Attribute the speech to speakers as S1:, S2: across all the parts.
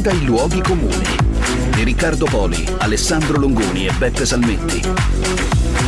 S1: dai luoghi comuni di Riccardo Poli, Alessandro Longoni e Beppe Salmetti.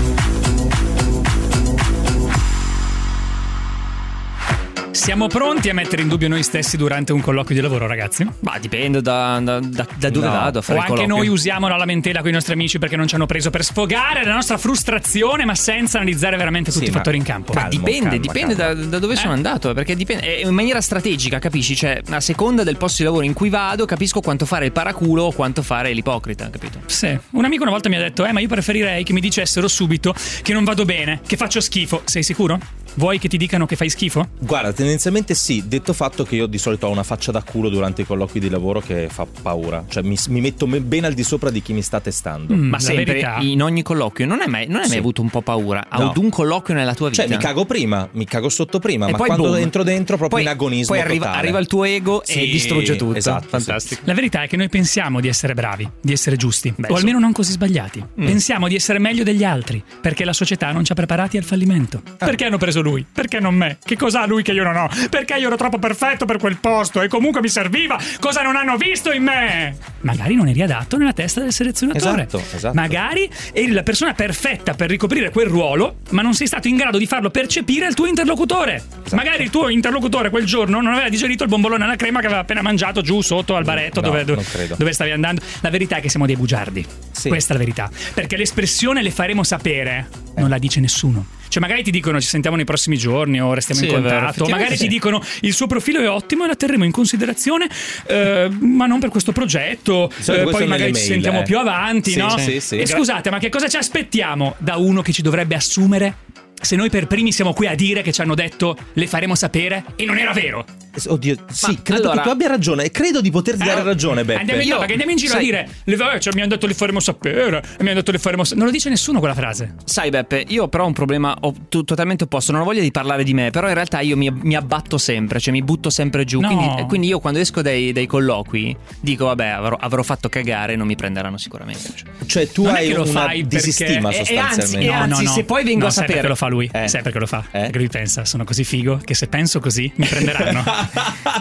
S2: Siamo pronti a mettere in dubbio noi stessi durante un colloquio di lavoro, ragazzi? O
S3: Ma dipende da, da- da- da dove
S4: No.
S3: vado a fare il
S2: anche
S3: colloquio.
S2: noi usiamo la lamentela con i nostri amici perché non ci hanno preso per sfogare la nostra frustrazione, ma senza analizzare veramente tutti
S4: Sì,
S2: i
S4: ma-
S2: fattori in campo.
S4: Calmo,
S3: Dipende,
S4: calma,
S3: dipende
S4: calma.
S3: Da, da dove
S2: Eh?
S3: sono andato, perché dipende è in maniera strategica, capisci? Cioè, a seconda del posto di lavoro in cui vado, capisco quanto fare il paraculo o quanto fare l'ipocrita, capito?
S2: Sì, un amico una volta mi ha detto: Eh, ma io preferirei che mi dicessero subito che non vado bene, che faccio schifo. Sei sicuro? Vuoi che ti dicano che fai schifo?
S4: Guarda, tendenzialmente sì, detto fatto che io di solito ho una faccia da culo durante i colloqui di lavoro che fa paura, cioè mi, mi metto me- ben al di sopra di chi mi sta testando.
S2: Mm,
S3: Ma
S2: la
S3: sempre
S2: verità.
S3: in ogni colloquio, non hai mai, non hai mai
S4: Sì.
S3: avuto un po' paura
S4: No.
S3: ad un colloquio nella tua vita?
S4: Cioè mi cago prima, mi cago sotto prima,
S3: E
S4: ma
S3: poi
S4: quando
S3: boom.
S4: entro dentro proprio
S3: Poi-
S4: in agonismo
S3: Poi arriva,
S4: totale.
S3: arriva il tuo ego e
S4: Sì,
S3: distrugge tutto.
S4: esatto, sì.
S3: Fantastico.
S2: La verità è che noi pensiamo di essere bravi, di essere giusti, o
S3: sì.
S2: almeno non così sbagliati.
S4: Mm.
S2: Pensiamo di essere meglio degli altri, perché la società non ci ha preparati al fallimento.
S4: Ah.
S2: Perché hanno preso lui? Perché non me? Che cosa ha lui che io non ho? Perché io ero troppo perfetto per quel posto e comunque mi serviva? Cosa non hanno visto in me? Magari non eri adatto nella testa del selezionatore.
S4: Esatto, esatto.
S2: Magari eri la persona perfetta per ricoprire quel ruolo, ma non sei stato in grado di farlo percepire al tuo interlocutore.
S4: Esatto.
S2: Magari il tuo interlocutore quel giorno non aveva digerito il bombolone alla crema che aveva appena mangiato giù sotto al baretto
S4: No,
S2: dove, dove-
S4: non credo.
S2: dove stavi andando. La verità è che siamo dei bugiardi.
S4: Sì.
S2: Questa è la verità. Perché l'espressione le faremo sapere,
S4: Eh.
S2: non la dice nessuno. Cioè, magari ti dicono ci sentiamo nei prossimi giorni o restiamo
S3: Sì,
S2: in
S3: è vero,
S2: contatto.
S3: effettivamente
S2: magari
S3: sì.
S2: ti dicono il suo profilo è ottimo e la terremo in considerazione, eh, ma non per questo progetto.
S4: solito
S2: eh,
S4: questo
S2: poi
S4: nelle
S2: magari ci
S4: mail,
S2: sentiamo
S4: eh.
S2: più avanti,
S4: Sì,
S2: no?
S4: sì, sì.
S2: E scusate, ma che cosa ci aspettiamo da uno che ci dovrebbe assumere? Se noi per primi siamo qui a dire che ci hanno detto le faremo sapere e non era vero.
S4: Oddio, sì, credo
S3: allora-
S4: che tu abbia ragione e credo di poterti dare
S2: Eh,
S4: ragione, Beppe.
S2: Andiamo in, no,
S3: Io-
S2: perché andiamo in giro
S3: sai-
S2: a dire le, eh, cioè, Mi hanno detto li faremo sapere e Mi hanno detto li faremo sapere Non lo dice nessuno quella frase
S3: Sai Beppe, io però ho un problema ho to- totalmente opposto, non ho voglia di parlare di me, però in realtà io mi, mi abbatto sempre, cioè mi butto sempre giù,
S2: No.
S3: quindi, eh, quindi io quando esco dai, dai colloqui dico vabbè avrò, avrò fatto cagare, non mi prenderanno sicuramente. Cioè,
S4: Cioè tu
S2: Non è
S4: hai
S2: che lo
S4: una
S2: fai perché-
S4: disistima
S2: e- e
S3: anzi,
S4: sostanzialmente.
S3: e anzi, se poi vengo
S2: No,
S3: a
S2: sai
S3: sapere-
S2: perché lo fa lui
S4: Eh.
S2: Sai perché lo fa
S4: Eh.
S2: Perché lui pensa Sono così figo Che se penso così Mi prenderanno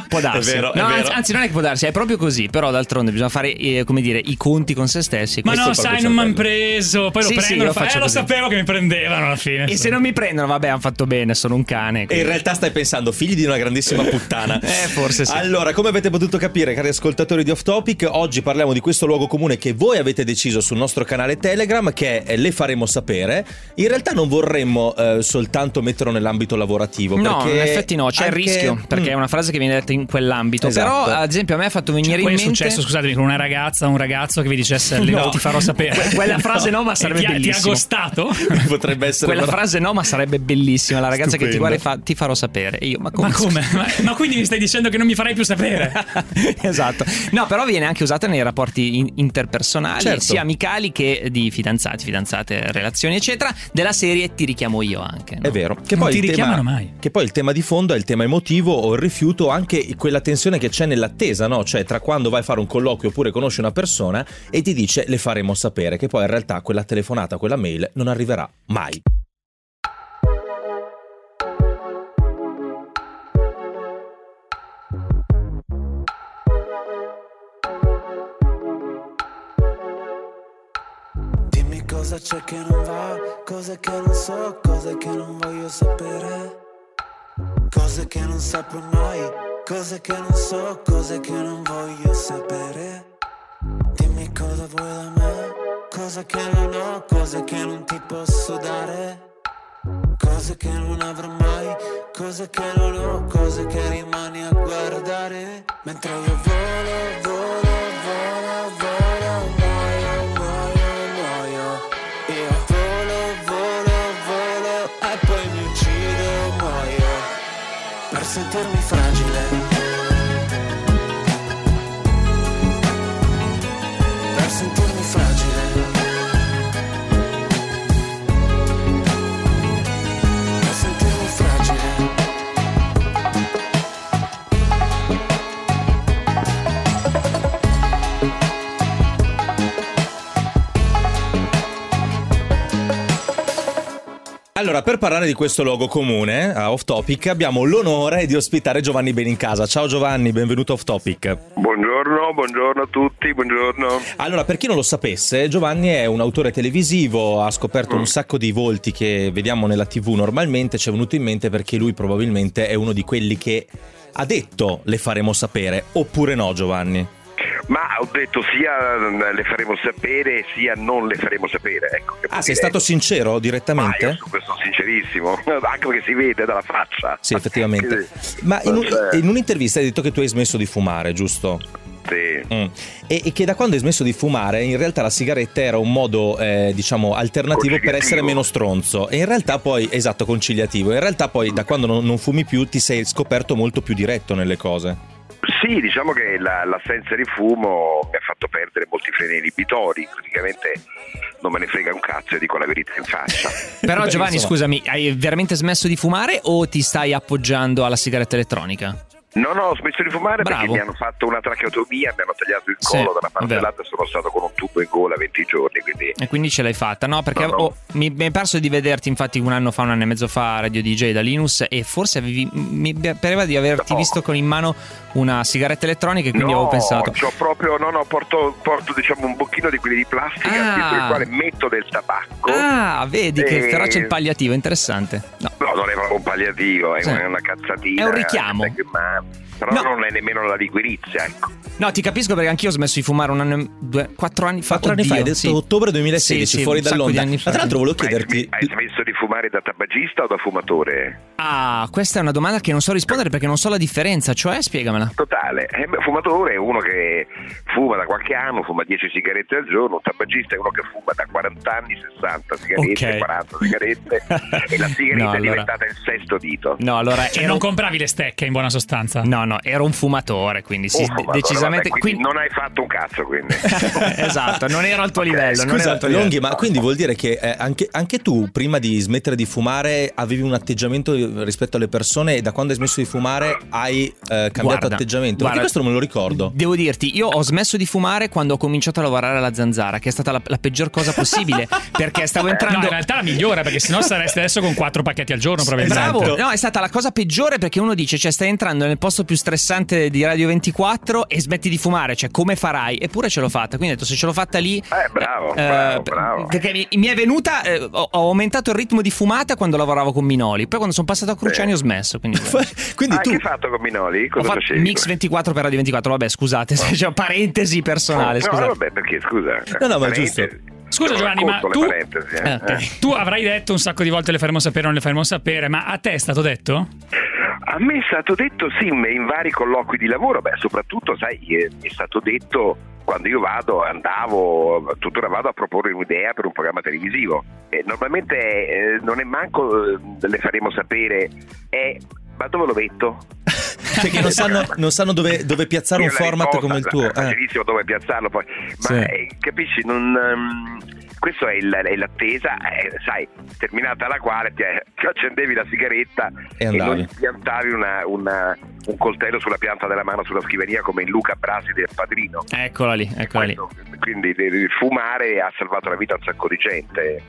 S3: Può darsi.
S4: È vero, è
S3: No,
S4: vero.
S3: Anzi, anzi, non è che può darsi, è proprio così, però d'altronde bisogna fare eh, come dire, i conti con se stessi. e
S2: Ma
S3: questo
S2: no
S3: è proprio
S2: sai
S3: il
S2: non mi hanno
S3: cervello.
S2: preso Poi lo
S3: Sì, sì,
S2: prendono
S3: lo
S2: e fa,
S3: faccio
S2: Eh lo
S3: così."
S2: sapevo che mi prendevano alla fine
S3: E se non mi prendono, vabbè, hanno fatto bene, sono un cane.
S4: E in
S3: quindi-
S4: realtà stai pensando, figli di una grandissima puttana.
S3: Eh, forse sì.
S4: Allora, come avete potuto capire, cari ascoltatori di Off Topic, oggi parliamo di questo luogo comune che voi avete deciso sul nostro canale Telegram, che è Le faremo sapere. In realtà non vorremmo eh, soltanto metterlo nell'ambito lavorativo.
S3: No,
S4: perché
S3: boh, in effetti no, c'è
S4: anche-
S3: il rischio, perché
S4: Mm.
S3: è una frase che viene detta in quell'ambito.
S4: Esatto.
S3: Però, ad esempio, a me ha fatto
S2: Cioè,
S3: venire
S2: poi
S3: in
S2: è
S3: mente...
S2: successo, scusatemi, con una ragazza o un ragazzo che vi dicesse "Le-
S4: No.
S2: ti farò sapere.
S3: Que- quella frase no, ma
S2: E
S3: sarebbe
S2: ti ha- Ti ha
S3: bellissimo.
S2: gostato?
S4: Potrebbe essere
S3: Quella
S4: una-
S3: frase no, ma sarebbe bellissima. La ragazza che ti
S4: Stupendo.
S3: guarda e fa ti farò sapere. E io, ma come?
S2: Ma come? Ma, ma quindi mi stai dicendo che non mi farai più sapere?
S3: esatto. No, però viene anche usata nei rapporti in- interpersonali,
S4: Certo.
S3: sia amicali che di fidanzati, fidanzate, relazioni, eccetera. Della serie ti richiamo io anche. no?
S4: È vero. Che
S2: Non
S4: poi
S2: ti
S4: il tema-
S2: richiamano mai.
S4: Che poi il tema di fondo è il tema emotivo o il rifiuto, anche quella tensione che c'è nell'attesa, no? Cioè tra quando vai a fare un colloquio oppure conosci una persona e ti dice le faremo sapere, che poi in realtà quella telefonata, quella mail non arriverà mai.
S5: Dimmi cosa c'è che non va, cose che non so, cose che non voglio sapere. Cose che non saprò mai, cose che non so, cose che non voglio sapere. Dimmi cosa vuoi da me, cose che non ho, cose che non ti posso dare. Cose che non avrò mai, cose che non ho, cose che rimani a guardare. Mentre io volo, volo, volo, volo, muoio, muoio, muoio. Io volo, volo, volo e poi mi uccido, muoio. Per sentirmi fragile. Per sentirmi fragile. Per sentirmi fragile.
S4: Allora, per parlare di questo logo comune, a Off Topic, abbiamo l'onore di ospitare Giovanni Benincasa. Ciao Giovanni, benvenuto a Off Topic.
S6: Buongiorno, buongiorno a tutti, buongiorno.
S4: Allora, per chi non lo sapesse, Giovanni è un autore televisivo, ha scoperto un sacco di volti che vediamo nella TV normalmente, ci è venuto in mente perché lui probabilmente è uno di quelli che ha detto le faremo sapere, oppure no Giovanni?
S6: Ma ho detto sia mm, le faremo sapere sia non le faremo sapere. Ecco, che
S4: Ah,
S6: vuol
S4: sei
S6: dire-
S4: stato sincero
S6: Ma io
S4: direttamente?
S6: su questo sono sincerissimo, anche perché si vede dalla faccia.
S4: Sì, effettivamente.
S6: Sì.
S4: Ma in, un-
S6: Cioè,
S4: in un'intervista hai detto che tu hai smesso di fumare, giusto?
S6: sì.
S4: Mm. E, e che da quando hai smesso di fumare, in realtà la sigaretta era un modo, eh, diciamo, alternativo per
S6: Conciliativo.
S4: essere meno stronzo. E in realtà poi, esatto, conciliativo. In realtà poi, da quando non, non fumi più, ti sei scoperto molto più diretto nelle cose.
S6: Sì, diciamo che la- l'assenza di fumo mi ha fatto perdere molti freni inibitori, praticamente non me ne frega un cazzo e dico la verità in faccia.
S3: Però
S4: Beh,
S3: Giovanni,
S4: insomma.
S3: scusami, hai veramente smesso di fumare o ti stai appoggiando alla sigaretta elettronica?
S6: No, no, ho smesso di fumare
S3: Bravo.
S6: perché mi hanno fatto una tracheotomia, mi hanno tagliato il
S3: Sì,
S6: collo da una
S3: è
S6: parte
S3: vero.
S6: all'altra e sono stato con un tubo in gola 20 giorni, quindi
S3: E quindi ce l'hai fatta, no? Perché
S6: No, no.
S3: oh, mi, mi è perso di vederti, infatti, un anno fa, un anno e mezzo fa, a Radio DJ da Linus. E forse avevi, mi pareva di averti
S6: No.
S3: visto con in mano una sigaretta elettronica. E quindi
S6: no,
S3: avevo pensato.
S6: c'ho proprio, no, no, porto, porto, diciamo un bocchino di quelli di plastica
S3: Ah.
S6: dentro il quale metto del tabacco.
S3: Ah, vedi che
S6: ecco. Eh,
S3: però c'è il palliativo, interessante. No.
S6: No, non è proprio un palliativo, è
S3: Sì.
S6: una- una cazzatina.
S3: È un richiamo.
S6: eh, ma- però
S3: No.
S6: non è nemmeno la liquirizia, ecco.
S3: No, ti capisco perché anch'io ho smesso di fumare un anno e due, quattro anni fa.
S4: Quattro anni fa,
S3: Oddio,
S4: hai detto
S3: sì.
S4: ottobre 2016,
S3: Sì, sì,
S4: fuori
S3: un sacco di
S4: dall'onda.
S3: anni
S4: Ma
S3: fa.
S4: tra l'altro volevo
S6: Ma hai,
S4: chiederti...
S6: sm- hai smesso di fumare da tabagista o da fumatore?
S3: Ah, questa è una domanda che non so rispondere perché non so la differenza, cioè spiegamela.
S6: Totale, Eh, beh, fumatore è uno che fuma da qualche anno, fuma 10 sigarette al giorno, un tabagista è uno che fuma da 40 anni 60 sigarette,
S3: Ok.
S6: 40 sigarette e la sigaretta
S3: No, allora-
S6: è diventata il sesto dito.
S3: No, allora
S2: Cioè,
S3: ero-
S2: non compravi le stecche in buona sostanza.
S3: No, no, ero un fumatore, quindi sì,
S6: Oh,
S3: de-
S6: fumatore,
S3: decisamente
S6: vabbè,
S3: quindi-
S6: quindi non hai fatto un cazzo quindi.
S3: esatto, non ero al tuo
S6: Ok,
S3: livello, non ero
S4: Scusa,
S3: al tuo livello.
S4: Longhi, ma quindi vuol dire che eh, anche, anche tu, prima di smettere di fumare, avevi un atteggiamento rispetto alle persone e da quando hai smesso di fumare hai eh, cambiato
S3: Guarda,
S4: atteggiamento?
S3: guarda,
S4: Perché questo non me lo ricordo.
S3: Devo dirti, io ho smesso di fumare quando ho cominciato a lavorare alla zanzara, che è stata la, la peggior cosa possibile, perché stavo entrando
S2: No, in realtà la migliore, perché sennò saresti adesso con quattro pacchetti al giorno, probabilmente.
S3: Eh, Bravo,
S6: esatto.
S3: no, è stata la cosa peggiore perché uno dice, cioè stai entrando nel posto più stressante di Radio 24 e smetti di fumare, cioè come farai? Eppure ce l'ho fatta, quindi ho detto se ce l'ho fatta lì...
S6: Eh, bravo,
S3: eh,
S6: bravo,
S3: per-
S6: bravo.
S3: Perché mi, mi è venuta, eh, ho, ho aumentato il ritmo di fumata quando lavoravo con Minoli, poi quando sono passato a Cruciani
S6: Sì.
S3: ho smesso. Quindi,
S4: quindi
S6: Ah,
S4: tu...
S6: che hai fatto con Minoli?
S3: ho
S6: Cosa
S3: fatto
S6: facevi?
S3: Mix 24 per Radio 24, vabbè scusate, se c'è una parentesi personale,
S6: Oh, no,
S3: scusate.
S6: vabbè, perché scusa. eh,
S4: No, no, ma è
S6: Parentesi.
S4: giusto.
S2: Scusa,
S6: Non
S2: Giovanni, ma
S6: racconto le
S2: tu-
S6: parentesi, eh.
S3: Eh, ok.
S2: Tu avrai detto un sacco di volte le faremo sapere o non le faremo sapere, ma a te è stato detto?
S6: A me è stato detto sì, in vari colloqui di lavoro, beh, soprattutto, sai, eh, mi è stato detto quando io vado, andavo, tuttora vado a proporre un'idea per un programma televisivo. E normalmente eh, non è manco eh, le faremo sapere, è ma dove lo metto?
S4: Cioè che non sanno, non sanno dove, dove piazzare un
S6: Io la
S4: format
S6: risposta,
S4: come il tuo.
S6: è
S4: eh.
S6: Facilissimo dove piazzarlo poi. Ma
S4: Sì.
S6: eh, capisci, non, ehm, questo è, il- è l'attesa, eh, sai, terminata la quale ti, ti accendevi la sigaretta
S4: E
S6: e,
S4: andavi.
S6: non piantavi una- una- un coltello sulla pianta della mano sulla scrivania come in Luca Brasi del Padrino.
S3: Eccola lì,
S4: Ecco,
S3: eccola lì.
S6: Questo- Quindi eh, fumare ha salvato la vita a un sacco di gente.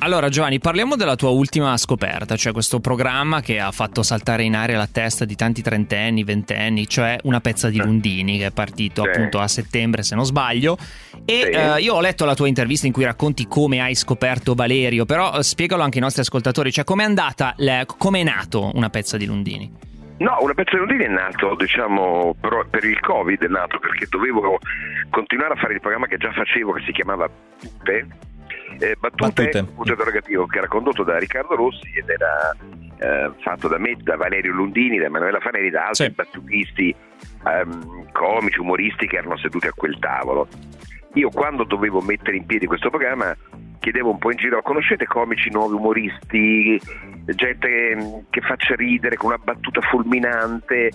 S3: Allora Giovanni, parliamo della tua ultima scoperta, cioè questo programma che ha fatto saltare in aria la testa di tanti trentenni, ventenni, cioè una pezza di
S6: Sì.
S3: Lundini che è partito
S6: Eh. Sì.
S3: appunto a settembre se non sbaglio. E
S6: Sì.
S3: eh, io ho letto la tua intervista in cui racconti come hai scoperto Valerio, però eh, spiegalo anche ai nostri ascoltatori, cioè com'è andata, la- com'è nato una pezza di Lundini?
S6: No, una pezza di Londini è nato, diciamo, però per il Covid è nato perché dovevo continuare a fare il programma che già facevo che si chiamava Battute, eh, Battute,
S4: Battute.
S6: punto interrogativo, che era condotto da Riccardo Rossi ed era eh, fatto da me, da Valerio Lundini, da Emanuela Fanelli, da altri
S3: Sì.
S6: battutisti, ehm, comici, umoristi che erano seduti a quel tavolo. Io quando dovevo mettere in piedi questo programma chiedevo un po' in giro, conoscete comici nuovi, umoristi, gente mh, che faccia ridere con una battuta fulminante.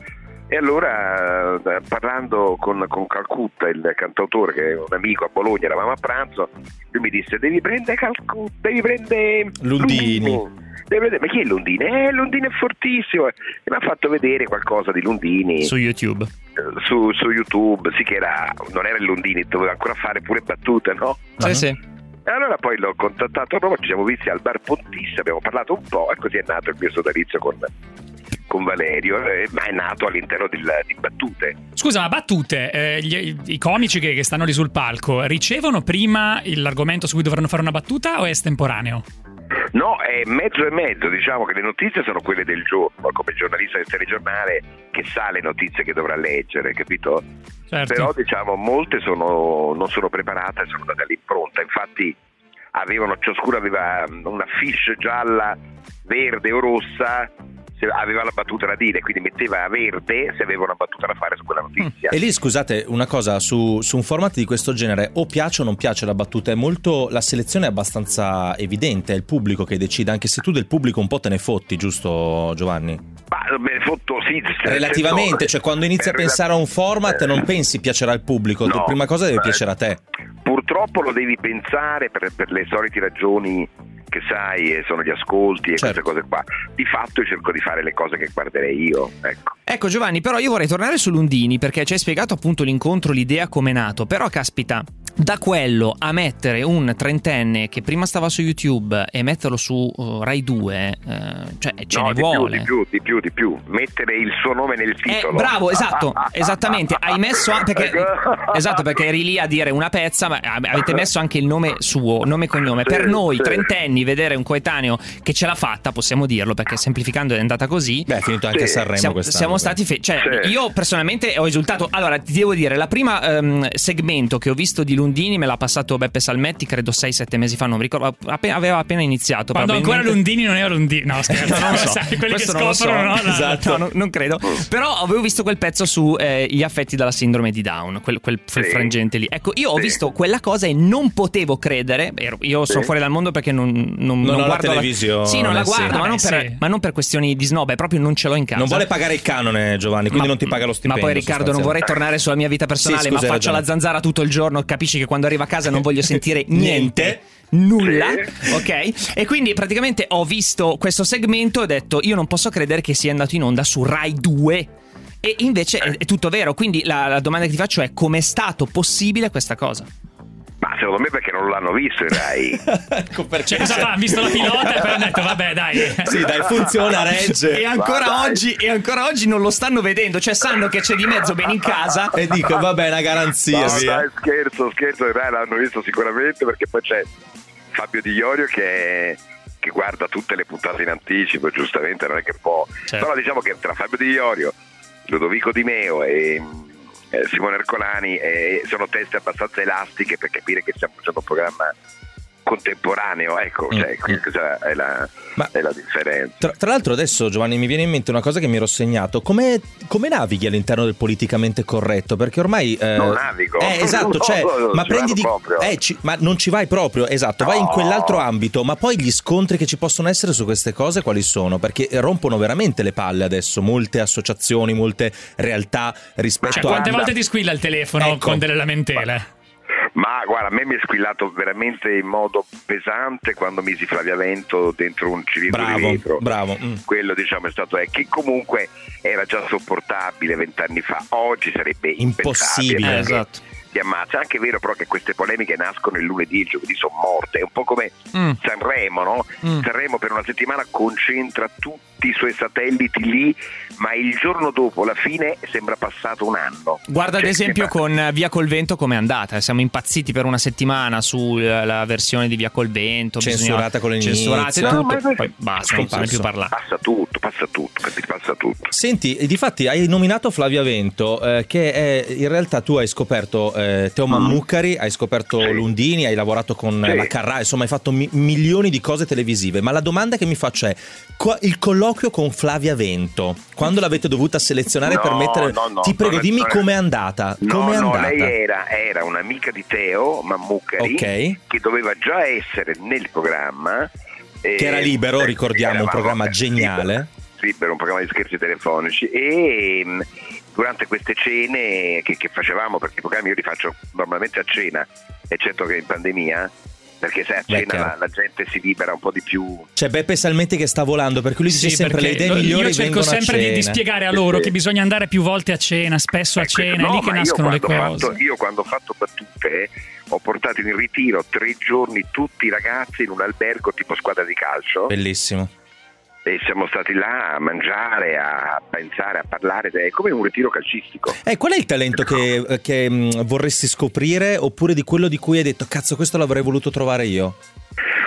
S6: E allora, eh, parlando con, con Calcutta, il cantautore che è un amico a Bologna, eravamo a pranzo, lui mi disse: Devi prendere Calcutta, devi prendere
S4: Lundini."
S6: Devi prendere- Ma chi è Lundini? Eh, Lundini è fortissimo. E mi ha fatto vedere qualcosa di Lundini
S3: Su YouTube.
S6: eh, su,
S3: Ah.
S6: su YouTube. Sì, che era, non era il Lundini, doveva ancora fare pure battute, no?
S3: Sì, sì.
S6: E allora poi l'ho contattato a Roma, ci siamo visti al bar Pontissa, abbiamo parlato un po' e così è nato il mio sodalizio con, con Valerio, eh, ma è nato all'interno del- di Battute.
S2: Scusa, ma battute, eh, gli- i comici che, che stanno lì sul palco ricevono prima il- l'argomento su cui dovranno fare una battuta o è estemporaneo?
S6: No, è mezzo e mezzo, diciamo che le notizie sono quelle del giorno, come il giornalista del telegiornale che sa le notizie che dovrà leggere, capito?
S2: Certo.
S6: Però diciamo molte sono, non sono preparate, sono andate all'impronta, infatti avevano, ciascuno aveva mm, una fiche gialla, verde o rossa, se aveva la battuta da dire, quindi metteva verde se aveva una battuta da fare su quella notizia.
S4: Mm. E lì scusate una cosa su, su un format di questo genere o piace o non piace la battuta è molto la selezione è abbastanza evidente è il pubblico che decide anche se tu del pubblico un po' te ne fotti giusto Giovanni?
S6: Ma me ne fotto sì, nel senso-
S4: Relativamente cioè quando inizi a
S6: Eh,
S4: pensare a un format
S6: eh,
S4: non pensi piacerà al pubblico
S6: no,
S4: tu prima cosa deve
S6: eh,
S4: piacere a te
S6: Purtroppo lo devi pensare per, per le solite ragioni che sai, eh, sono gli ascolti e
S4: Certo.
S6: queste cose qua. Di fatto io cerco di fare le cose che guarderei io, ecco.
S3: Ecco Giovanni, però io vorrei tornare sull'Undini perché ci hai spiegato appunto l'incontro, l'idea come è nato, però caspita, da quello a mettere un trentenne che prima stava su YouTube e metterlo su eh, Rai 2, eh, cioè ce
S6: no,
S3: ne
S6: di
S3: vuole.
S6: più, di più, di più, di più. Mettere il suo nome nel
S3: Eh,
S6: titolo.
S3: bravo, esatto, esattamente. Hai messo a- perché,
S6: Ecco.
S3: esatto, perché eri lì a dire una pezza, ma a- avete messo anche il nome suo, nome e cognome.
S6: Sì,
S3: per noi,
S6: sì.
S3: trentenni, vedere un coetaneo che ce l'ha fatta, possiamo dirlo,
S6: Ah.
S3: perché semplificando è andata così.
S4: beh è finito anche
S6: Sì.
S4: a Sanremo
S3: Siamo,
S4: quest'anno
S3: siamo
S4: quindi.
S3: stati fe- cioè,
S6: Sì.
S3: io personalmente ho esultato. Allora, ti devo dire, la prima ehm, segmento che ho visto di Lundini me l'ha passato Beppe Salmetti, credo 6-7 mesi fa, non mi ricordo, appe- aveva appena iniziato.
S2: Quando ancora
S3: probabilmente.
S2: Lundini non era Lundini. No, scherzo,
S3: non lo so.
S2: Sai, quelli
S3: Questo
S2: che
S3: non lo
S2: scoprono,
S3: so.
S2: no? La-
S3: Esatto. No, non, non credo. Però avevo visto quel pezzo su eh, gli affetti dalla sindrome di Down, quel, quel- quel
S6: Sì.
S3: frangente lì. Ecco, io ho
S6: Sì.
S3: visto quella cosa e non potevo credere. ero- Io sono
S6: Sì.
S3: fuori dal mondo perché non, non,
S4: ho la
S3: guardo
S4: televisione,
S3: Sì, non la
S4: sì.
S3: guardo, ma, non
S2: Vabbè,
S3: per,
S2: sì.
S3: ma non per questioni di snob, è proprio non ce l'ho in casa.
S4: non vuole pagare il canone Giovanni quindi
S3: Ma-
S4: non ti paga lo stipendio
S3: Ma poi Riccardo non vorrei tornare sulla mia vita personale,
S4: Sì,
S3: ma
S4: scusa, hai
S3: faccio
S4: ragione.
S3: la zanzara tutto il giorno, capisci che quando arrivo a casa non voglio sentire niente. Nulla,
S6: Sì.
S3: ok? E quindi praticamente ho visto questo segmento e ho detto: Io non posso credere che sia andato in onda su Rai 2. E invece
S4: Eh.
S3: è, è tutto vero. Quindi la, la domanda che ti faccio è: com'è stato possibile questa cosa?
S6: Ma secondo me perché non l'hanno visto i Rai.
S4: tornare ecco perché
S2: Cioè, cosa fa? Hanno visto la pilota e poi hanno detto, vabbè, dai.
S4: sì dai funziona regge
S3: E ancora,
S6: dai.
S3: oggi, e ancora oggi non lo stanno vedendo, cioè sanno che c'è di mezzo bene in casa.
S4: e dico vabbè è una garanzia
S6: No,
S4: via.
S6: dai, scherzo, scherzo, dai, l'hanno visto sicuramente perché poi c'è Fabio Di Iorio che, che guarda tutte le puntate in anticipo, giustamente non è che può.
S3: Certo.
S6: Però diciamo che tra Fabio Di Iorio, Ludovico Di Meo e eh, Simone Ercolani eh, sono teste abbastanza elastiche per capire che stiamo facendo un programma contemporaneo, ecco,
S4: Mm,
S6: cioè,
S4: mm.
S6: questa è la,
S4: Ma-
S6: è la differenza.
S4: Tra, tra l'altro adesso Giovanni mi viene in mente una cosa che mi ero segnato, come, come navighi all'interno del politicamente corretto? Perché ormai... eh,
S6: Non navigo.
S4: Eh, esatto, cioè,
S6: No, non
S4: ma
S6: ci
S4: prendi
S6: vado
S4: di...
S6: proprio.
S4: eh, ci- ma non ci vai proprio, esatto, vai in
S6: No.
S4: quell'altro ambito, ma poi gli scontri che ci possono essere su queste cose quali sono? Perché rompono veramente le palle adesso, molte associazioni, molte realtà rispetto
S2: Cioè,
S4: a...
S2: quante volte ti squilla il telefono
S4: Ecco.
S2: con delle lamentele?
S6: Ma guarda, a me mi è squillato veramente in modo pesante quando misi Flaviavento dentro un cilindro di
S4: Bravo,
S6: vetro.
S4: bravo. mm.
S6: Quello diciamo è stato eh, che comunque era già sopportabile vent'anni fa, oggi sarebbe
S4: Impossibile.
S6: impensabile,
S4: Eh,
S6: perché
S3: esatto.
S6: Ti ammazza. È anche vero però che queste polemiche nascono il lunedì e il giovedì sono morte, è un po' come
S3: Mm.
S6: Sanremo, no?
S3: Mm.
S6: Sanremo per una settimana concentra tutti i suoi satelliti lì, ma il giorno dopo la fine sembra passato un anno.
S3: Guarda ad
S6: Cioè,
S3: esempio
S6: che-
S3: con eh, Via Col Vento com'è andata, siamo impazziti per una settimana sulla versione di Via Col Vento,
S4: Censurata con l'inizio.
S3: censurata e
S4: No,
S3: tutto,
S6: ma è-
S3: poi basta, non se ne è più parlato.
S6: Passa tutto, passa tutto, capito? Passa tutto.
S4: Senti, e difatti hai nominato Flavia Vento, eh, che è- in realtà tu hai scoperto eh, Teo Mammucari, hai scoperto
S6: Mm-hmm. Sì.
S4: Lundini, hai lavorato con eh,
S6: Sì.
S4: la Carrà, insomma hai fatto mi- milioni di cose televisive, ma la domanda che mi faccio è, qua- il colloquio con Flavia Vento, quando l'avete dovuta selezionare per
S6: No,
S4: mettere...
S6: no, no,
S4: Ti prego,
S6: non è-
S4: dimmi
S6: non è-
S4: com'è andata.
S6: No,
S4: com'è
S6: no,
S4: andata?
S6: lei era, era un'amica di Teo Mammucari
S4: Ok.
S6: che doveva già essere nel programma. eh,
S4: Che era libero,
S6: eh,
S4: ricordiamo, un
S6: eravamo-
S4: programma
S6: eh,
S4: geniale.
S6: Libero, libero, un programma di scherzi telefonici e mm, durante queste cene che, che facevamo, perché i programmi io li faccio normalmente a cena, eccetto che in pandemia, perché sai, a
S4: Beh,
S6: cena la,
S4: chiaro.
S6: la gente si libera un po' di più.
S4: C'è Cioè, Beppe Salmetti che sta volando perché lui dice
S2: Sì,
S4: sempre le
S2: perché
S4: idee
S2: lo- io
S4: migliori
S2: cerco
S4: vengono a
S2: sempre di, di
S4: cena.
S2: spiegare a loro
S6: Sì.
S2: che bisogna andare più volte a cena, spesso a
S6: Ecco,
S2: Cioè, cena,
S6: no,
S2: è lì che
S6: ma io
S2: nascono le
S6: quando ho
S2: cose.
S6: fatto- io quando ho fatto battute ho portato in ritiro tre giorni tutti i ragazzi in un albergo tipo squadra di calcio
S4: Bellissimo.
S6: e siamo stati là a mangiare, a pensare, a parlare, è come un ritiro calcistico.
S4: Eh, qual è il talento che, che, mh, vorresti scoprire oppure di quello di cui hai detto cazzo questo l'avrei voluto trovare io?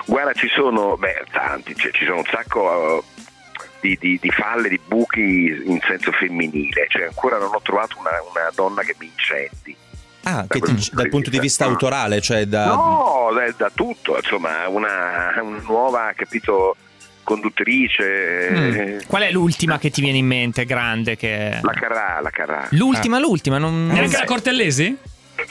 S6: Guarda, ci sono beh, tanti, cioè, ci sono un sacco eh, di, di- di falle, di buchi in senso femminile, cioè ancora non ho trovato una, una donna che mi incendi.
S4: Ah,
S6: Da
S4: che
S6: quel
S4: ti- dal punto di vista
S6: no.
S4: autorale, cioè da...
S6: No, da, da tutto, insomma, una, una nuova, capito, conduttrice.
S3: Mm.
S6: eh,
S3: Qual è l'ultima che ti viene in mente, grande? Che...
S6: La Carrà, la Carrà.
S3: L'ultima, l'ultima. Non... non-
S2: Neanche la Cortellesi?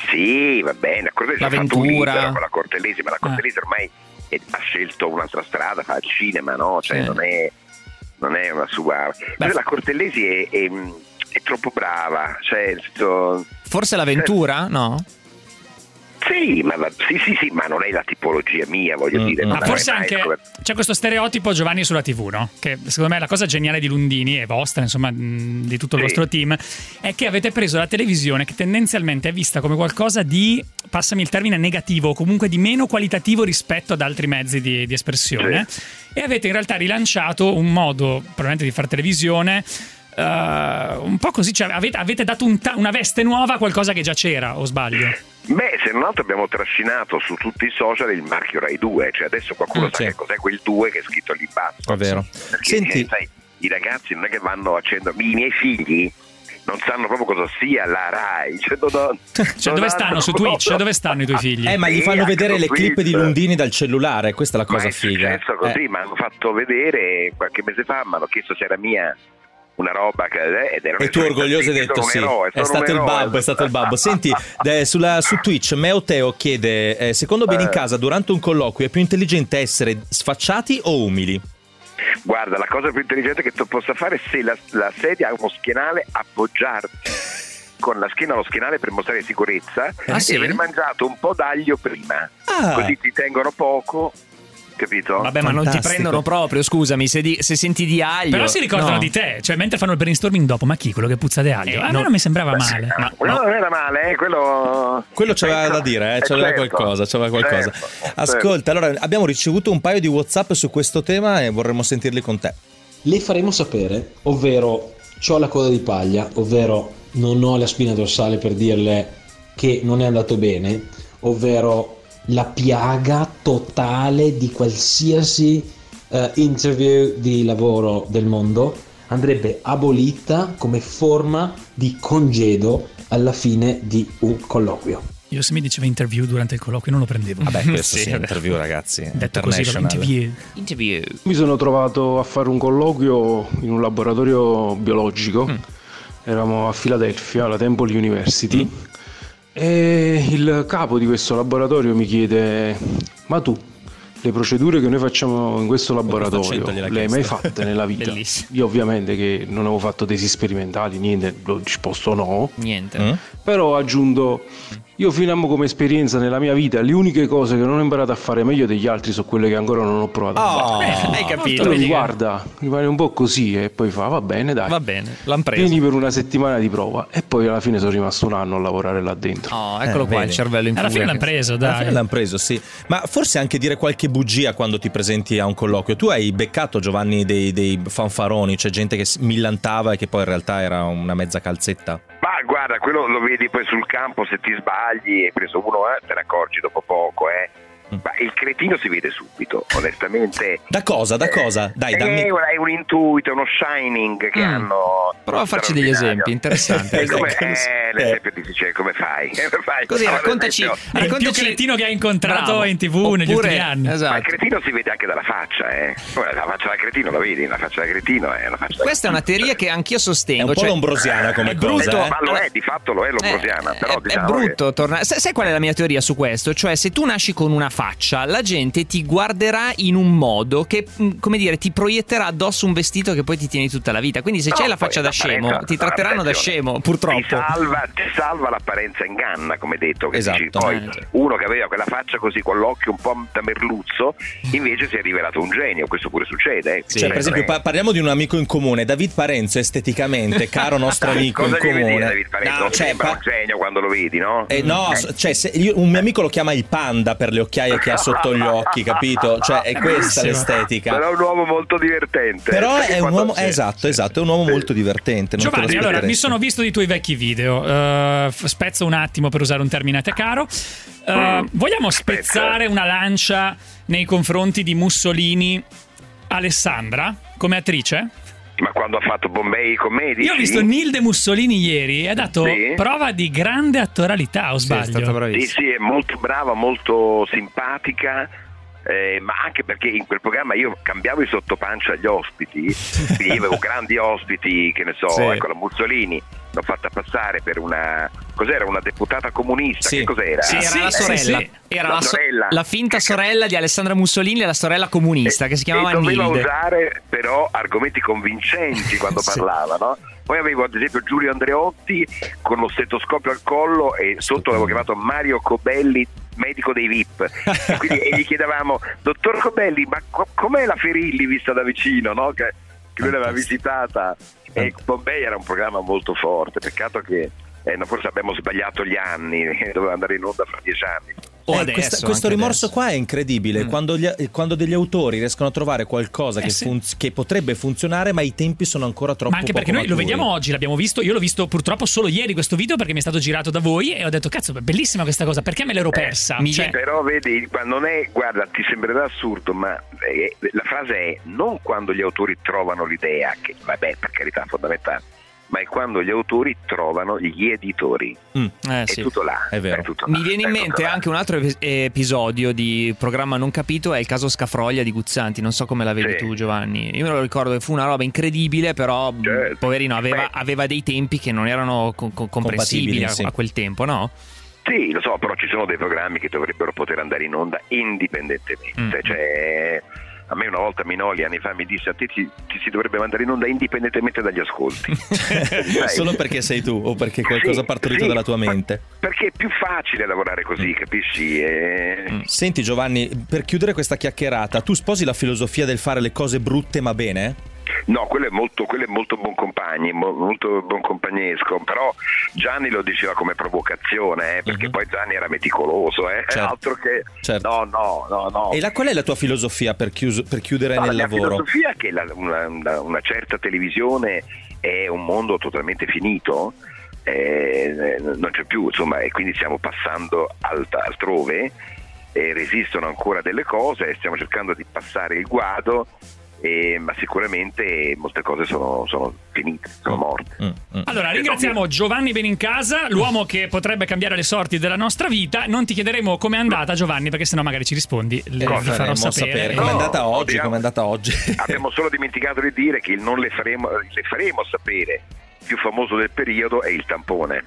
S6: Sì, va bene, Cortellesi ha fatto un
S3: L'avventura.
S6: libro con la Cortellesi, ma la Cortellesi ormai è- ha scelto un'altra strada, fa il cinema, no? Cioè
S3: Sì.
S6: non, è, non è una sua... Però la Cortellesi è, è- è troppo brava, cioè... nel senso-
S3: Forse
S4: Eh.
S3: l'avventura? No?
S6: Sì, ma la- sì, sì, sì, ma non è la tipologia mia, voglio
S4: Mm,
S6: dire.
S4: mm.
S2: Ma
S6: non avrei
S2: forse
S6: mai
S2: anche
S6: scoperto-
S2: c'è questo stereotipo Giovanni sulla TV, no? Che secondo me è la cosa geniale di Lundini e vostra, insomma, mh, di tutto il
S6: Sì.
S2: vostro team, è che avete preso la televisione che tendenzialmente è vista come qualcosa di, passami il termine, negativo o comunque di meno qualitativo rispetto ad altri mezzi di, di espressione e avete in realtà rilanciato un modo probabilmente di fare televisione eh, un po' così, cioè avete, avete dato un ta- una veste nuova a qualcosa che già c'era, o sbaglio?
S6: Beh, se non altro abbiamo trascinato su tutti i social il marchio Rai 2, cioè adesso qualcuno
S4: Mm,
S6: sa
S4: sì.
S6: che cos'è quel 2 che è scritto lì in basso.
S4: È vero.
S6: Perché,
S4: Senti-
S6: eh, sai, i ragazzi non è che vanno a cena, i miei figli non sanno proprio cosa sia la Rai. Cioè, non ho-
S2: Cioè,
S6: non
S2: dove
S6: hanno
S2: stanno su
S6: proprio-
S2: Twitch? Cioè, dove stanno i tuoi figli?
S4: Eh, ma gli
S6: Sì,
S4: fanno
S6: anche
S4: vedere
S6: su
S4: le clip
S6: Twitch.
S4: di Lundini dal cellulare, questa è la cosa
S6: Ma è
S4: figa.
S6: successo così,
S4: Eh,
S6: mi hanno fatto vedere qualche mese fa, mi hanno chiesto se era mia una roba che, eh, ed era
S4: E tu orgoglioso hai detto
S6: sono un
S4: sì,
S6: eroe,
S4: è
S6: sono un
S4: stato il
S6: eroe.
S4: babbo, è stato il babbo. Senti, de- sulla- su Twitch Meo Teo chiede, eh, secondo bene in
S6: Eh.
S4: casa durante un colloquio è più intelligente essere sfacciati o umili?
S6: Guarda, la cosa più intelligente che tu possa fare è se la, la sedia ha uno schienale appoggiarti con la schiena allo schienale per mostrare sicurezza
S3: Ah,
S6: e
S3: sì?
S6: aver mangiato un po' d'aglio prima.
S4: Ah.
S6: Così ti tengono poco, capito?
S3: Vabbè, ma non ti
S4: Fantastico.
S3: prendono proprio, scusami, se, di- se senti di aglio.
S2: Però si ricordano
S3: No.
S2: di te, cioè mentre fanno il brainstorming dopo, ma chi quello che puzza di aglio?
S3: Eh,
S2: a me
S3: no.
S2: non mi sembrava male.
S6: Ah,
S2: Ma-
S6: quello
S2: no.
S6: non era male, eh, quello...
S4: Quello c'aveva
S6: Eh,
S4: da dire, eh,
S6: eh,
S4: c'aveva
S6: certo,
S4: qualcosa, c'aveva qualcosa.
S6: certo, certo.
S4: Ascolta, allora abbiamo ricevuto un paio di WhatsApp su questo tema e vorremmo sentirli con te.
S7: Le faremo sapere, ovvero ho la coda di paglia, ovvero non ho la spina dorsale per dirle che non è andato bene, ovvero la piaga totale di qualsiasi eh, interview di lavoro del mondo andrebbe abolita come forma di congedo alla fine di un colloquio.
S2: Io se mi diceva interview durante il colloquio non lo prendevo.
S4: Vabbè, questo
S3: Sì,
S4: sì,
S3: vabbè.
S4: interview ragazzi.
S2: Detto così, proprio
S4: international.
S2: interview.
S3: Interview.
S8: Mi sono trovato a fare un colloquio in un laboratorio biologico.
S4: Mm.
S8: Eravamo a Filadelfia, alla Temple University.
S4: Mm.
S8: E il capo di questo laboratorio mi chiede: Ma tu le procedure che noi facciamo in questo laboratorio
S4: accento gliel'ha
S8: le hai mai
S4: chiesto.
S8: fatte nella vita?
S3: Bellissimo.
S8: Io, ovviamente, che non avevo fatto tesi sperimentali, niente, l'ho risposto no.
S3: Niente.
S4: Mm?
S8: Però ho aggiunto, io fino a mo come esperienza nella mia vita, le uniche cose che non ho imparato a fare meglio degli altri sono quelle che ancora non ho provato. a
S4: Oh,
S8: fare.
S3: Eh, Hai capito?
S8: Allora mi
S3: Vedi che-
S8: guarda, mi pare un po' così e poi fa, va bene dai,
S3: Va bene, l'han preso.
S8: vieni per una settimana di prova e poi alla fine sono rimasto un anno a lavorare là dentro.
S3: Oh, eccolo
S4: Eh,
S3: qua,
S4: vedi.
S3: il cervello in
S2: Alla
S3: fuga.
S2: fine l'hanno preso,
S4: Alla fine
S2: dai.
S4: l'hanno preso, sì. Ma forse anche dire qualche bugia quando ti presenti a un colloquio. Tu hai beccato, Giovanni, dei, dei fanfaroni, cioè gente che si millantava e che poi in realtà era una mezza calzetta.
S6: Ma guarda, quello lo vedi poi sul campo, se ti sbagli hai preso uno, eh, te ne accorgi dopo poco, eh.
S4: Mm.
S6: Ma il cretino si vede subito, onestamente.
S4: Da cosa, da
S6: Eh,
S4: cosa? Dai,
S6: eh,
S4: dammi...
S6: È un intuito, è uno shining che
S3: Mm.
S6: hanno.
S3: Prova a farci degli
S6: straordinario.
S3: esempi, interessante.
S6: Eh, come,
S4: Ecco,
S6: eh,
S4: eh.
S6: l'esempio difficile, come fai? Come fai?
S3: Così,
S6: No,
S3: raccontaci,
S6: l'esempio-
S2: più
S3: raccontaci
S2: cretino che hai incontrato in TV negli
S3: Oppure-
S2: ultimi anni.
S6: Ma il
S3: Esatto.
S6: cretino si vede anche dalla faccia, eh. Guarda, La faccia da cretino, la vedi? La faccia da cretino è una faccia da
S3: Questa è una
S6: cretino.
S3: teoria che anch'io
S4: È
S3: sostengo.
S4: un po'
S3: cioè-
S4: lombrosiana come
S3: è
S4: cosa,
S3: brutto,
S4: eh?
S6: Ma lo
S3: Allora-
S6: è, di fatto lo è l'ombrosiana,
S3: Eh,
S6: però
S3: è, è
S6: diciamo che-
S3: brutto tornare. Sai, sai qual è la mia teoria su questo? Cioè, se tu nasci con una faccia, la gente ti guarderà in un modo che, mh, come dire, ti proietterà addosso un vestito che poi ti tieni tutta la vita. Quindi, se
S6: No,
S3: c'hai la
S6: poi
S3: faccia da scemo,
S6: l'apparenza-
S3: ti tratteranno da
S6: attenzione.
S3: scemo, purtroppo.
S6: Ti salva, te salva l'apparenza inganna, come detto. Che
S4: Esatto.
S6: dici, poi
S3: Eh.
S6: uno che aveva quella faccia così con l'occhio un po' da merluzzo, invece si è rivelato un genio, questo pure succede. eh.
S4: Cioè, per
S6: Sempre.
S4: esempio, pa- parliamo di un amico in comune, David Parenzo, esteticamente, caro nostro amico
S6: Cosa
S4: in
S6: devi
S4: comune.
S6: dire, David Parenzo?
S4: No,
S6: non
S4: cioè,
S6: sembra
S4: pa-
S6: un genio quando lo vedi, no?
S4: eh, no,
S6: Eh.
S4: so- cioè, se io- un mio amico lo chiama il panda per le occhiaie che ha sotto gli occhi, capito? Cioè, è questa
S2: Bellissimo.
S4: l'estetica.
S6: Però è un uomo molto divertente.
S4: Però
S6: Perché
S4: è un
S6: quando-
S4: uomo,
S6: sì.
S4: esatto, esatto, è un uomo
S6: Sì.
S4: molto divertente. non te lo
S2: Giovanni, allora mi
S4: aspetteresti.
S2: sono visto dei tuoi vecchi video. eh, f- spezzo un attimo per usare un termine a te caro. Eh,
S6: Mm.
S2: vogliamo
S6: Aspetta.
S2: spezzare una lancia nei confronti di Mussolini Alessandra come attrice?
S6: Ma quando ha fatto Bombay Comedy?
S2: Io ho visto Nilde Mussolini ieri e ha dato
S6: Sì.
S2: prova di grande attoralità, o
S3: Sì, è stata
S2: sbaglio?
S6: Sì,
S3: bravissima.
S6: sì, è molto brava, molto simpatica. eh, ma anche perché in quel programma io cambiavo i sottopancia agli ospiti, quindi io avevo grandi ospiti, che ne so,
S4: Sì.
S6: ecco la Mussolini l'ho fatta passare per una cos'era una deputata comunista,
S4: Sì.
S6: che cos'era?
S3: Sì, era
S2: sì,
S3: la
S2: sì,
S3: sorella.
S2: sì.
S3: Era
S6: La
S3: la, so-
S6: sorella.
S3: la finta sorella di Alessandra Mussolini e la sorella comunista che si chiamava
S6: Eh, e doveva
S3: Nilde.
S6: usare però argomenti convincenti quando
S3: Sì.
S6: parlava, no? Poi avevo ad esempio Giulio Andreotti con lo stetoscopio al collo e sotto l'avevo chiamato Mario Cobelli, medico dei VIP. E Quindi e gli chiedevamo, dottor Cobelli, ma co- com'è la Ferilli vista da vicino, no? Che, che lui l'aveva visitata. E Bombay era un programma molto forte, peccato che eh, no, forse abbiamo sbagliato gli anni, doveva andare in onda fra dieci anni.
S3: O
S4: Eh,
S3: adesso,
S4: questa-
S3: anche
S4: questo rimorso
S3: adesso.
S4: qua è incredibile.
S3: Mm.
S4: Quando, gli- eh, quando degli autori riescono a trovare qualcosa
S2: Eh,
S4: che,
S2: sì.
S4: funz- che potrebbe funzionare, ma i tempi sono ancora troppo
S2: Ma anche perché
S4: poco
S2: noi lo
S4: maturi.
S2: vediamo oggi, l'abbiamo visto, io l'ho visto purtroppo solo ieri questo video perché mi è stato girato da voi e ho detto cazzo, beh, bellissima questa cosa, perché me l'ero
S4: Eh,
S2: persa?
S3: mi-
S2: Cioè,
S6: Però vedi, qua non è, guarda, ti sembrerà assurdo, ma eh, la frase è non quando gli autori trovano l'idea, che vabbè, per carità, fondamentale, ma è quando gli autori trovano gli editori.
S3: Eh,
S6: è
S3: sì.
S6: tutto là.
S4: è vero.
S6: tutto Ecco
S3: Mi
S6: là,
S3: viene in
S6: è tutto
S3: mente
S6: là.
S3: anche un altro ep- episodio di programma non capito, è il caso Scafroglia di Guzzanti, non so come la vedi
S6: Sì.
S3: tu Giovanni, io me lo ricordo che fu una roba incredibile, però mh,
S6: Certo.
S3: poverino aveva,
S6: Beh.
S3: aveva dei tempi che non erano co- co- comprensibili
S4: Compatibili,
S3: a,
S4: sì.
S3: a quel tempo, no?
S6: Sì, lo so, però ci sono dei programmi che dovrebbero poter andare in onda indipendentemente.
S3: Mm.
S6: Cioè, a me una volta Minoli anni fa mi disse a te ti, ti si dovrebbe mandare in onda indipendentemente dagli ascolti. Sai?
S4: Solo perché sei tu o perché qualcosa
S6: Sì,
S4: è partorito
S6: sì,
S4: dalla tua
S6: ma-
S4: mente.
S6: Perché è più facile lavorare
S4: Mm.
S6: così, capisci? Eh, E-
S4: Senti Giovanni, per chiudere questa chiacchierata, tu sposi la filosofia del fare le cose brutte ma bene?
S6: No, quello è molto, quello è molto buon compagni, mo- molto buon compagnesco, però Gianni lo diceva come provocazione, eh, perché
S4: Mhm.
S6: poi Gianni era meticoloso, eh.
S4: Certo.
S6: altro che...
S4: Certo.
S6: No, no, no, no.
S4: E la- qual è la tua filosofia per, chius- per chiudere
S6: No, Ah, la
S4: nel
S6: mia
S4: lavoro?
S6: filosofia è che la- una, una- una certa televisione è un mondo totalmente finito, eh, non c'è più, insomma, e quindi stiamo passando alt- altrove, eh, resistono ancora delle cose, stiamo cercando di passare il guado, eh, ma sicuramente molte cose sono, sono finite, sono morte.
S4: Mm, mm.
S2: Allora, ringraziamo Giovanni Benincasa, l'uomo che potrebbe cambiare le sorti della nostra vita. Non ti chiederemo com'è andata, Giovanni, perché sennò magari ci rispondi. Le
S6: Cosa
S2: Eh, vi farò
S4: Faremmo
S2: sapere.
S4: Com'è
S6: No, Ah.
S4: andata oggi?
S6: abbiamo-
S4: Com'è andata oggi?
S3: Eh.
S6: Abbiamo solo dimenticato di dire che il non le faremo, le faremo sapere più famoso del periodo è il tampone.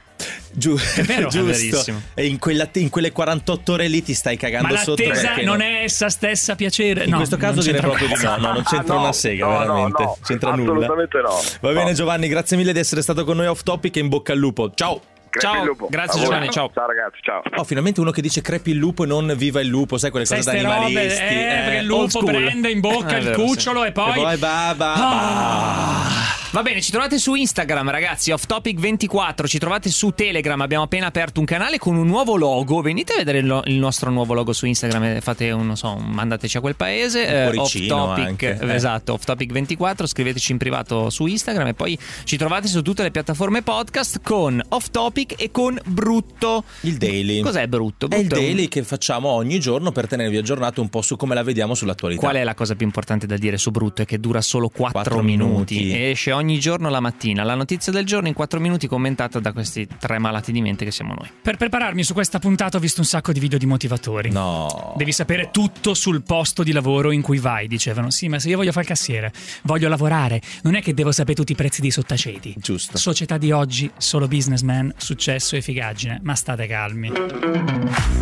S4: Giu-
S2: vero?
S4: giusto.
S3: Verissimo.
S4: E in, quella- in quelle 48 ore lì ti stai
S2: Ma
S4: cagando sotto.
S2: l'attesa
S4: perché
S2: non è essa stessa piacere.
S4: In
S2: no,
S4: questo caso
S2: non
S4: direi
S2: c'entra
S4: proprio di no, no, non c'entra
S6: Ah, no,
S4: una sega,
S6: no, no,
S4: veramente.
S6: no,
S4: c'entra
S6: assolutamente
S4: nulla.
S6: no.
S4: Va bene
S6: No.
S4: Giovanni, grazie mille di essere stato con noi off topic e in bocca al lupo. Ciao!
S6: Crepi
S3: Ciao,
S6: il lupo.
S3: grazie
S6: A voi.
S3: Giovanni, ciao.
S6: Ciao ragazzi, ciao.
S4: Oh, finalmente uno che dice crepi il lupo e non viva il lupo, sai quelle
S2: Sai
S4: cose da
S2: ste robe, eh,
S4: animalisti.
S2: perché il
S4: old
S2: lupo
S4: school.
S2: prende in bocca
S3: Eh,
S2: il
S3: vero, sì.
S2: cucciolo e poi... Ah.
S4: E poi va, va,
S3: Va bene, ci trovate su Instagram ragazzi, Off Topic 24, ci trovate su Telegram, abbiamo appena aperto un canale con un nuovo logo, venite a vedere il, lo- il nostro nuovo logo su Instagram, e fate un, non so, un- mandateci a quel paese, eh,
S4: Un
S3: Off
S4: cuoricino
S3: Topic,
S4: anche, eh.
S3: esatto, Off Topic 24, scriveteci in privato su Instagram e poi ci trovate su tutte le piattaforme podcast con Off Topic e con Brutto.
S4: Il daily.
S3: Cos'è Brutto?
S4: È il
S3: Brutto un-
S4: daily che facciamo ogni giorno per tenervi aggiornati un po' su come la vediamo sull'attualità.
S3: Qual è la cosa più importante da dire su Brutto? È che dura solo 4,
S4: Quattro
S3: minuti.
S4: minuti.
S3: e esce ogni giorno la mattina. La notizia del giorno in 4 minuti commentata da questi tre malati di mente che siamo noi.
S2: Per prepararmi su questa puntata ho visto un sacco di video di motivatori.
S4: No.
S2: Oh. Devi sapere tutto sul posto di lavoro in cui vai, dicevano. Sì, ma se io voglio fare il cassiere, voglio lavorare, non è che devo sapere tutti i prezzi dei sottaceti.
S4: Giusto.
S2: Società di oggi, solo businessman, successo e figaggine, ma state calmi.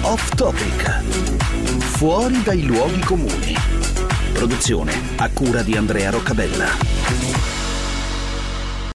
S1: Off Off Topic. Fuori dai luoghi comuni. Produzione a cura di Andrea Roccabella.